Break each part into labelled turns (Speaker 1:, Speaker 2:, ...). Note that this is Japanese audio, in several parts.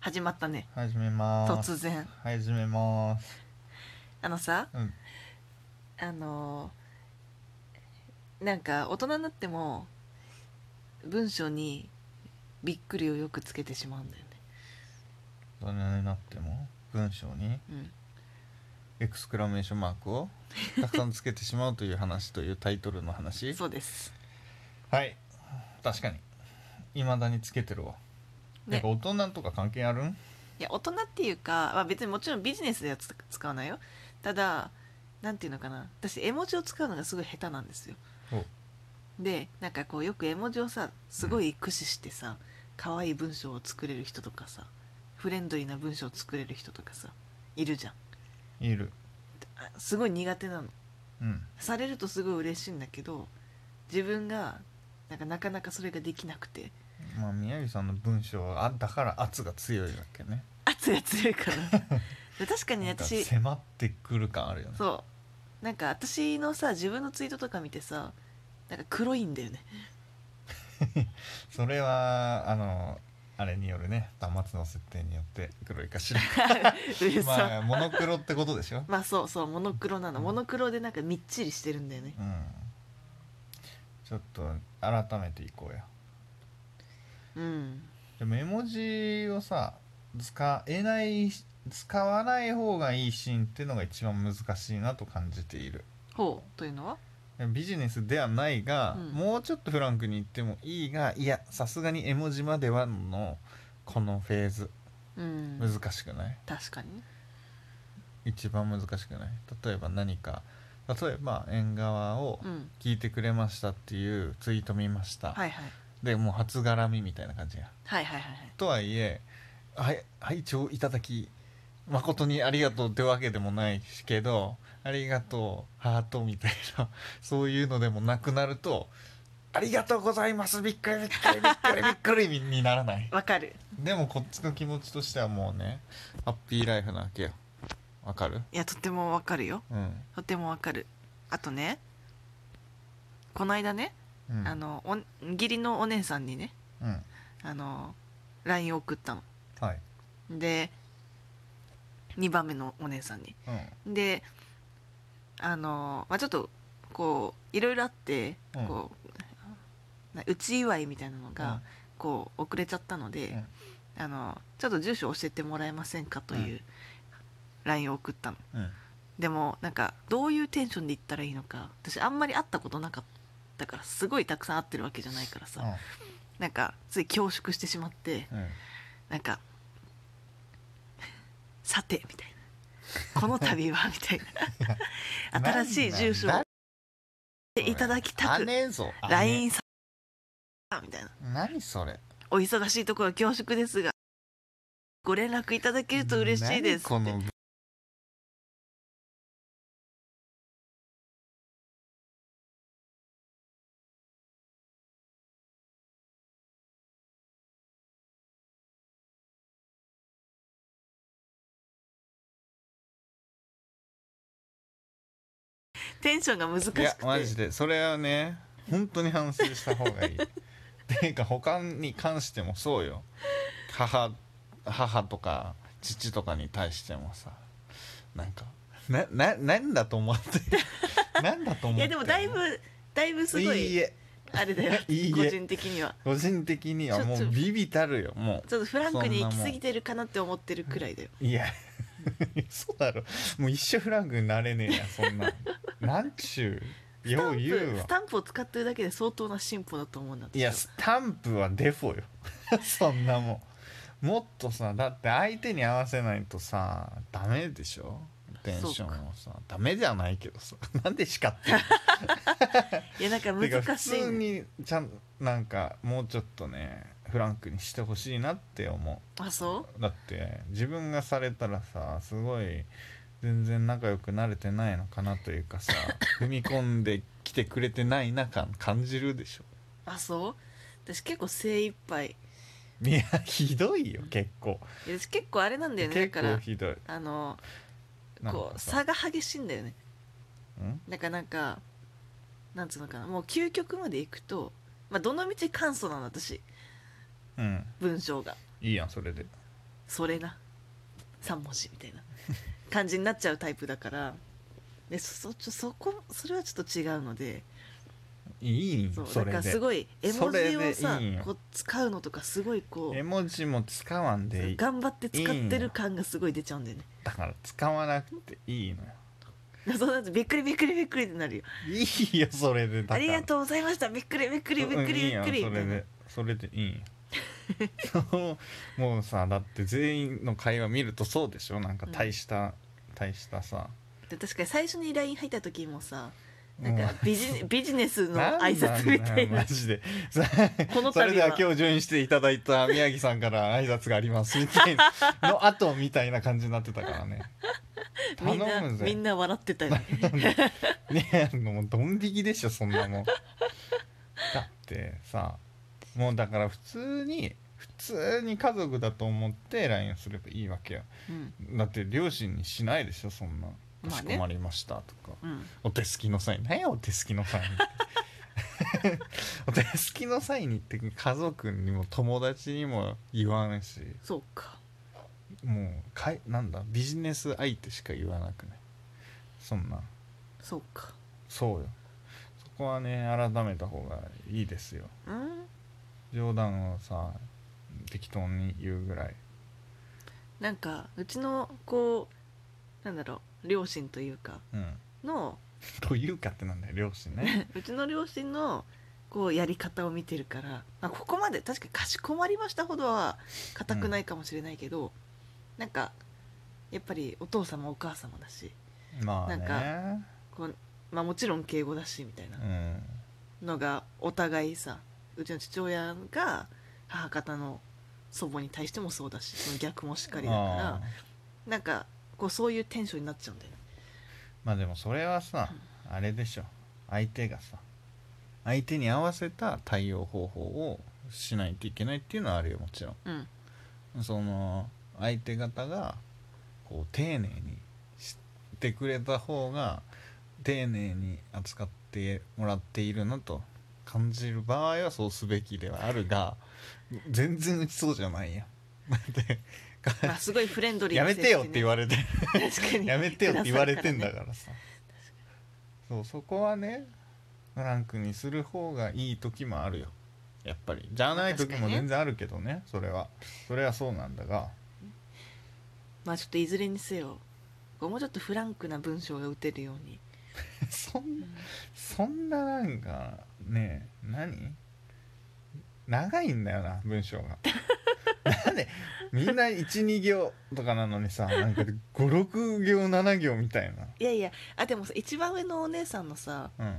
Speaker 1: 始まったね
Speaker 2: 始めます
Speaker 1: 突然
Speaker 2: 始めます
Speaker 1: あのさ、
Speaker 2: うん
Speaker 1: あのーなんか大人になっても文章にびっくりをよくつけてしまうんだよ
Speaker 2: 大人になっても文章に
Speaker 1: ね
Speaker 2: エクスクラメーションマー クをたくさんつけてしまうという話というタイトルの
Speaker 1: う
Speaker 2: 話
Speaker 1: んそうです
Speaker 2: はい確かに未だにつけてるわ、な
Speaker 1: ね
Speaker 2: んか大人とか関係あるん
Speaker 1: いや大人っていうか、まあ、別にもちろんビジネスではつ使わないよただなんていうのかな私絵文字を使うのがすごい下手なんですよ
Speaker 2: お
Speaker 1: でなんかこうよく絵文字をさすごい駆使してさ可愛い文章を作れる人とかさフレンドリーな文章を作れる人とかさいるじゃん
Speaker 2: いる
Speaker 1: あすごい苦手なの
Speaker 2: うん
Speaker 1: されるとすごい嬉しいんだけど自分がなんかなかなかそれができなくて
Speaker 2: まあ宮城さんの文章はあだから圧が強いわけね
Speaker 1: 圧が強いから で確かに
Speaker 2: なんか
Speaker 1: 私
Speaker 2: 迫ってくる感あるよね
Speaker 1: そうなんか私のさ自分のツイートとか見てさなんか黒いんだよね
Speaker 2: それはあのあれによるね端末の設定によって黒いか白い か
Speaker 1: うるさ
Speaker 2: まあモノクロってことでしょ
Speaker 1: まあそうそうモノクロなの
Speaker 2: うん
Speaker 1: モノクロでなんかみっちりしてるんだよね
Speaker 2: うんちょっと改めていこうや
Speaker 1: うん
Speaker 2: でも絵文字をさ使えない使わない方がいいシーンっていうのが一番難しいなと感じている
Speaker 1: ほうというのは
Speaker 2: ビジネスではないが、
Speaker 1: うん
Speaker 2: もうちょっとフランクに言ってもいいがいやさすがに絵文字まではのこのフェーズ
Speaker 1: うん
Speaker 2: 難しくない、
Speaker 1: 確かにね
Speaker 2: 一番難しくない例えば何か例えば縁側を
Speaker 1: うん
Speaker 2: 聞いてくれましたっていうツイート見ました、
Speaker 1: はいはい
Speaker 2: でもう初絡みみたいな感じや
Speaker 1: はいはいはいはい
Speaker 2: とはいえ「はい拝聴いただき誠にありがとう」ってわけでもないしけど「ありがとうハート」みたいな そういうのでもなくなると「ありがとうございますびっくりびっくりびっくりびっくり」にならない
Speaker 1: わかる
Speaker 2: でもこっちの気持ちとしてはもうねハッピーライフなわけよわかる
Speaker 1: いやとてもわかるよ
Speaker 2: うん、
Speaker 1: とてもわかるあとねこの間ね、
Speaker 2: うん、
Speaker 1: あのお義理のお姉さんにね
Speaker 2: うん
Speaker 1: あの LINE を送ったの
Speaker 2: はい
Speaker 1: で2番目のお姉さんに
Speaker 2: うん
Speaker 1: であの、まあ、ちょっとこういろいろあって
Speaker 2: うん
Speaker 1: こう、なうち祝いみたいなのが、こう遅れちゃったので、あのちょっと住所教えてもらえませんかという LINE を送ったの。
Speaker 2: うんうん
Speaker 1: でもなんかどういうテンションで行ったらいいのか私あんまり会ったことなかったからすごいたくさん会ってるわけじゃないからさ、なんかつい恐縮してしまって
Speaker 2: うんうん
Speaker 1: なんか 「さて」みたいな「この度は」みたい な新しい住所を
Speaker 2: なんだ
Speaker 1: 教えていただきた
Speaker 2: あ
Speaker 1: く
Speaker 2: ねえぞあね
Speaker 1: LINE さみたいな
Speaker 2: 何それ
Speaker 1: 「お忙しいところは恐縮ですがご連絡いただけると嬉しいです」
Speaker 2: 何
Speaker 1: って
Speaker 2: この
Speaker 1: テンションが難しくて
Speaker 2: いやマジでそれはね本当に反省した方がいい ていうか他に関してもそうよ母母とか父とかに対してもさなんかなな何だと思って 何だと思
Speaker 1: い
Speaker 2: って
Speaker 1: やでもだいぶだいぶすご
Speaker 2: い
Speaker 1: い
Speaker 2: え
Speaker 1: あれだよ
Speaker 2: いいえ
Speaker 1: 個人的には
Speaker 2: 個人的にはも
Speaker 1: ちょ
Speaker 2: う
Speaker 1: っと
Speaker 2: ビビたるよも
Speaker 1: ちょっとフランクに行き過ぎてるかなって思ってるくらいだよ
Speaker 2: ういやそうだろもう一生フランクになれねえやそんななんちゅう
Speaker 1: スタ
Speaker 2: よう
Speaker 1: ン
Speaker 2: 言う
Speaker 1: プ
Speaker 2: わ
Speaker 1: スタンプを使ってるだけで相当な進歩だと思うんだ
Speaker 2: いや
Speaker 1: 私は
Speaker 2: スタンプはデフ ォよそんなもんもっとさだって相手に合わせないとさダメでしょテンションをさダメじゃないけどさ なんで叱ってんの
Speaker 1: いやなんか
Speaker 2: てか
Speaker 1: 難
Speaker 2: 普
Speaker 1: しい
Speaker 2: 通
Speaker 1: ね
Speaker 2: にちゃんなんかもうちょっとねフランクにしてほしいなって思
Speaker 1: あそう
Speaker 2: だって自分がされたらさすごい全然仲良くなれてないのかなという かさ踏み込んできてくれてないな感感じる でしょ
Speaker 1: あそう私結構精一杯
Speaker 2: いやひどいよ結構
Speaker 1: いや私結構あれなんだよねだ
Speaker 2: 結
Speaker 1: か
Speaker 2: 構
Speaker 1: ら
Speaker 2: ひどい
Speaker 1: あの
Speaker 2: なんか
Speaker 1: こう
Speaker 2: さ
Speaker 1: 差が激しいんだよね
Speaker 2: うん
Speaker 1: だからなんかなんつうのかなもう究極まで行くとまあどの道簡素なの私
Speaker 2: うん
Speaker 1: 文章が
Speaker 2: いいやんそれで
Speaker 1: それな3文字みたいな感じになっちゃうタイプだからでそそちょそこそれはちょっと違うので
Speaker 2: いいん
Speaker 1: そうだ
Speaker 2: そ
Speaker 1: か
Speaker 2: れ
Speaker 1: らす
Speaker 2: で
Speaker 1: ごい絵文字を
Speaker 2: それ
Speaker 1: さ
Speaker 2: でいいんよ
Speaker 1: こう使うのとかすごいこ
Speaker 2: 絵
Speaker 1: う
Speaker 2: 文字も使わんでいいだ
Speaker 1: 頑張って使ってる感がすごい出ちゃうんだよね。
Speaker 2: から使わなくていいのよ
Speaker 1: そうだってびっくりびっくりびっくりってなるよ。
Speaker 2: いいよそれでだか
Speaker 1: あ
Speaker 2: ら
Speaker 1: りがとうございましたびっくりびっくりびっくりびっくり
Speaker 2: う
Speaker 1: み
Speaker 2: ん
Speaker 1: たい
Speaker 2: いい
Speaker 1: な
Speaker 2: よ。それでそれでい いよそうもうさだって全員の会話見るとそうでしょなんか大した、大したさ
Speaker 1: で確かに最初に LINE 入った時もさな
Speaker 2: もうん
Speaker 1: かビジネビジネスの挨
Speaker 2: なんなん
Speaker 1: 拶
Speaker 2: だ
Speaker 1: み
Speaker 2: よ
Speaker 1: たいな
Speaker 2: マジでさ
Speaker 1: この
Speaker 2: それ
Speaker 1: 度
Speaker 2: では
Speaker 1: は
Speaker 2: 今日準備していただいた宮城さんから挨拶がありますみた いなの後みたいな感じになってたからね
Speaker 1: みんな
Speaker 2: 頼むぜ
Speaker 1: みんな笑ってたよね
Speaker 2: ねえもうドン引きでしょそんなもんだってさもうだから普通に普通に家族だと思って LINE すればいいわけよ
Speaker 1: うん
Speaker 2: だって両親にしないでしょそんな「
Speaker 1: ま
Speaker 2: か
Speaker 1: あね
Speaker 2: しこまりました」とか
Speaker 1: うん
Speaker 2: 「お手すきのサイン」何やお手すきのサインってお手すきのサインにって家族にも友達にも言わないし
Speaker 1: そうか
Speaker 2: もうかいなんだビジネス相手しか言わなくねそんな
Speaker 1: そうか
Speaker 2: そうよそこはね改めた方がいいですよ
Speaker 1: うん
Speaker 2: 冗談をさ適当に言うぐらい
Speaker 1: なんかうちのこうなんだろう両親というか
Speaker 2: うん
Speaker 1: の
Speaker 2: というかってなんだよ両親 ね
Speaker 1: うちの両親のこうやり方を見てるから、まあ、ここまで確かにかしこまりましたほどは固くないかもしれないけど、なんかやっぱりお父様お母様だし
Speaker 2: まあね
Speaker 1: なんこう、まあ、もちろん敬語だしみたいな
Speaker 2: うん
Speaker 1: のがお互いさうちの父親が母方の祖母に対してもそうだしその逆もしっかりだ
Speaker 2: あ
Speaker 1: か
Speaker 2: ー
Speaker 1: らなんかこうそういうテンションになっちゃうんだよね
Speaker 2: まあでもそれはさあれでしょ相手がさ相手に合わせた対応方法をしないといけないっていうのはあるよもちろん
Speaker 1: うん
Speaker 2: その相手方がこう丁寧にしてくれた方が丁寧に扱ってもらっているなと感じる場合はそうすべきではあるが全然うちそうじゃないやん。だって
Speaker 1: まあすごいフレンドリー
Speaker 2: やめてよって言
Speaker 1: わ
Speaker 2: われて
Speaker 1: れて 確かに
Speaker 2: やめてよって言われてんだ
Speaker 1: か
Speaker 2: からさそうそこはねフランクにする方がいい時もあるよやっぱりじゃない時も全然あるけどねそれはそれはそうなんだが
Speaker 1: まあちょっといずれにせよこうもうちょっとフランクな文章が打てるように
Speaker 2: そんなそんななんかね何長いんだよな文章がなんでみんな12行とかなのにさなんか56行7行みたい
Speaker 1: いやいやあでもさ一番上のお姉さんのさ
Speaker 2: な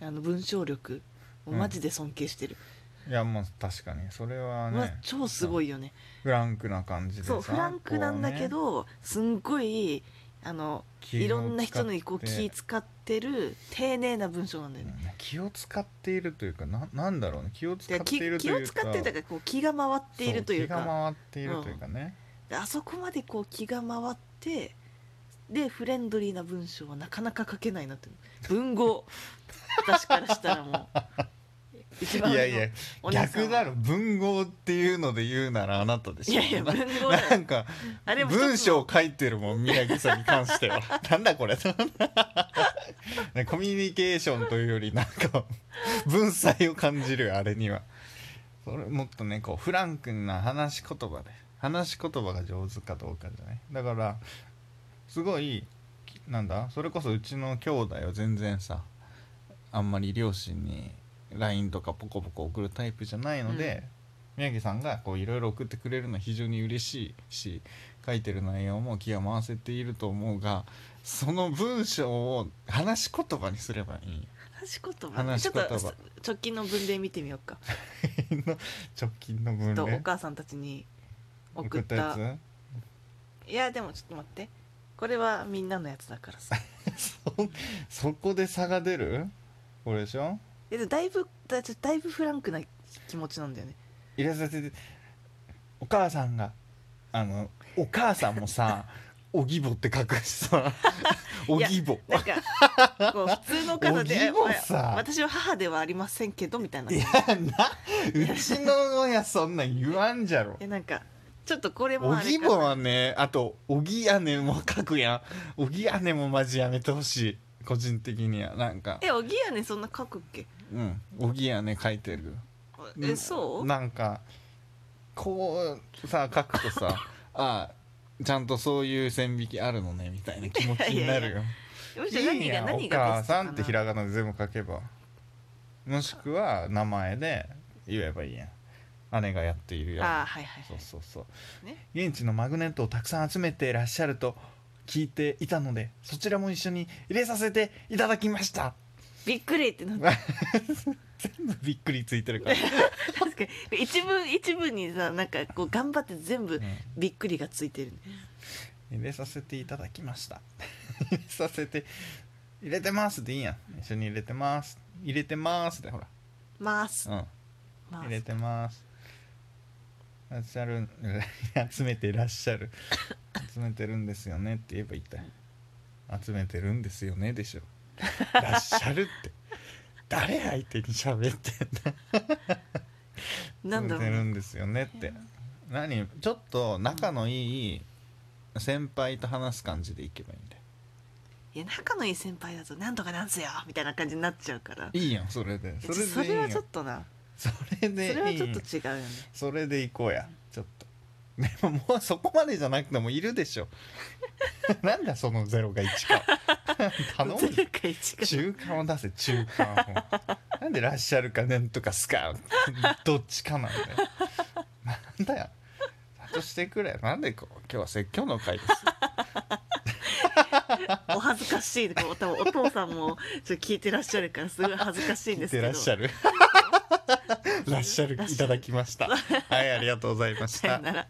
Speaker 1: あの文章力もうマジで尊敬してる、
Speaker 2: うんいやもう確かにそれは
Speaker 1: うわ
Speaker 2: ね
Speaker 1: 超すごいよね
Speaker 2: フランクな感じでさ
Speaker 1: そうフランクなんだけ
Speaker 2: こ
Speaker 1: ど、すんごいあの
Speaker 2: うね気を使って
Speaker 1: いろんな人のこう気使ってる丁寧な文章なんだ
Speaker 2: う
Speaker 1: よね。
Speaker 2: ん気を使っているというかななんだろうね気を使
Speaker 1: で
Speaker 2: ってい
Speaker 1: 気
Speaker 2: ると
Speaker 1: 気
Speaker 2: いう
Speaker 1: を
Speaker 2: か
Speaker 1: 使ってたからこう気が回っているという
Speaker 2: そ気
Speaker 1: か
Speaker 2: が回っているというかね、
Speaker 1: であそこまでこう気が回ってでフレンドリーな文章はなかなか書けないなって文豪私からしたらもう一番
Speaker 2: いや
Speaker 1: 上
Speaker 2: いや
Speaker 1: のお姉さんは
Speaker 2: 逆だろ文豪っていうので言うならあなたでしょ
Speaker 1: いやいや文豪だよ
Speaker 2: なんか
Speaker 1: あれも一つの
Speaker 2: 文章書いてるもん宮城さんに関し てはなんだこれ コミュニケーションというよりなんか文才を感じるよあれにはそれもっとねこうフランクな話し言葉で話し言葉が上手かどうかじゃないだからすごいきなんだそれこそうちの兄弟は全然さあんまり両親に LINE とかポコポコ送るタイプじゃないので、宮城さんがこういろいろ送ってくれるのは非常に嬉しいし書いてる内容も気が回せていると思うがその文章を話し言葉にすればいいよ
Speaker 1: 話し言葉ねち
Speaker 2: 話し
Speaker 1: ょっ
Speaker 2: 言葉
Speaker 1: と直近の文例見てみようか。
Speaker 2: の直近の文
Speaker 1: とお
Speaker 2: 例
Speaker 1: 母さんたちに送
Speaker 2: 送
Speaker 1: っ
Speaker 2: ったや
Speaker 1: た
Speaker 2: つ
Speaker 1: いやでもちょっと待ってこれはみんなのやつだから さ
Speaker 2: そそこで差が出るこれでしょ
Speaker 1: いやでもだいぶだだいぶフランクな気持ちなんだよね
Speaker 2: 入れさせてお母さんがあのお母さん もさ「おぎぼ」って書くしさ「おぎぼ」
Speaker 1: なんか こう普通の方で
Speaker 2: お義母さん
Speaker 1: まあ私は母ではありませんけどみたいない
Speaker 2: やなうちの親そんなん言わんじゃろ
Speaker 1: えなんかちょっとこれも
Speaker 2: お
Speaker 1: あれ
Speaker 2: ぎ
Speaker 1: か
Speaker 2: ぼ
Speaker 1: な
Speaker 2: はねあとおぎやねも書くやんおぎやねもマジやめてほしい個人的にはなんか
Speaker 1: えおぎやねそんな書くっけ
Speaker 2: うんおぎやね書いてる
Speaker 1: えそう
Speaker 2: なんかこうさ書くとさあちゃんとそういう線引きあるのねみたいな気持ちになるよ
Speaker 1: むしろ何が
Speaker 2: やん
Speaker 1: 何
Speaker 2: お
Speaker 1: が
Speaker 2: 母
Speaker 1: ベスト
Speaker 2: さ
Speaker 1: か
Speaker 2: ん
Speaker 1: な
Speaker 2: ってひらがなで全部書けばもしくは名前で言えばいいやん姉がやっている
Speaker 1: あ
Speaker 2: や
Speaker 1: あはいはい
Speaker 2: つ
Speaker 1: は
Speaker 2: そうそうそう
Speaker 1: いね
Speaker 2: 現地のマグネットをたくさん集めていらっしゃると聞いていたのでそちらも一緒に入れさせていただきました
Speaker 1: びっくりってなって
Speaker 2: 全部びっくりついてるから、
Speaker 1: 確かに一文一文にさなんかこう頑張って全部びっくりがついてるね
Speaker 2: うん入れさせていただきました入れさせて入れてますでいいやん一緒に入れてます入れてますでほら
Speaker 1: ます
Speaker 2: うん
Speaker 1: ま
Speaker 2: 入
Speaker 1: す
Speaker 2: れてますいらっしゃる 集めていらっしゃる集めてるんですよねって言えばいいったい集めてるんですよねでしょいらっしゃるって誰相手に喋ってんだ
Speaker 1: なんだろ
Speaker 2: 集
Speaker 1: う
Speaker 2: めてる
Speaker 1: ね
Speaker 2: んですよねって何ちょっと仲のいい先輩と話す感じでいけばいいんだよ
Speaker 1: いや仲のいい先輩だとなんとかなんすよみたいな感じになっちゃうから
Speaker 2: いいやんそれで
Speaker 1: そ
Speaker 2: そ
Speaker 1: れ
Speaker 2: れでいい
Speaker 1: それ
Speaker 2: や
Speaker 1: は
Speaker 2: ん
Speaker 1: ちょっとな
Speaker 2: それ
Speaker 1: そ
Speaker 2: でいい
Speaker 1: れはちょっ
Speaker 2: やん
Speaker 1: と違うよね
Speaker 2: それで行こうやちょっとでももうそこまでじゃなくてもいるでしょ なんだそのゼロが1か 頼む
Speaker 1: ゼロか一か
Speaker 2: 中間を出せ中 間をなんでらっしゃるかなんとかすか どっちかなんだよなんだよちゃんとしてくれなんでこう今日は説教の会です
Speaker 1: お恥ずかしいこう多分お父さんもちょっと聞いてらっしゃるからすごい恥ずかしいん
Speaker 2: 聞
Speaker 1: で
Speaker 2: い
Speaker 1: すけ
Speaker 2: て
Speaker 1: ど
Speaker 2: らっしゃる らっしゃるいただきましたはいありがとうございまし
Speaker 1: さよ
Speaker 2: た
Speaker 1: なら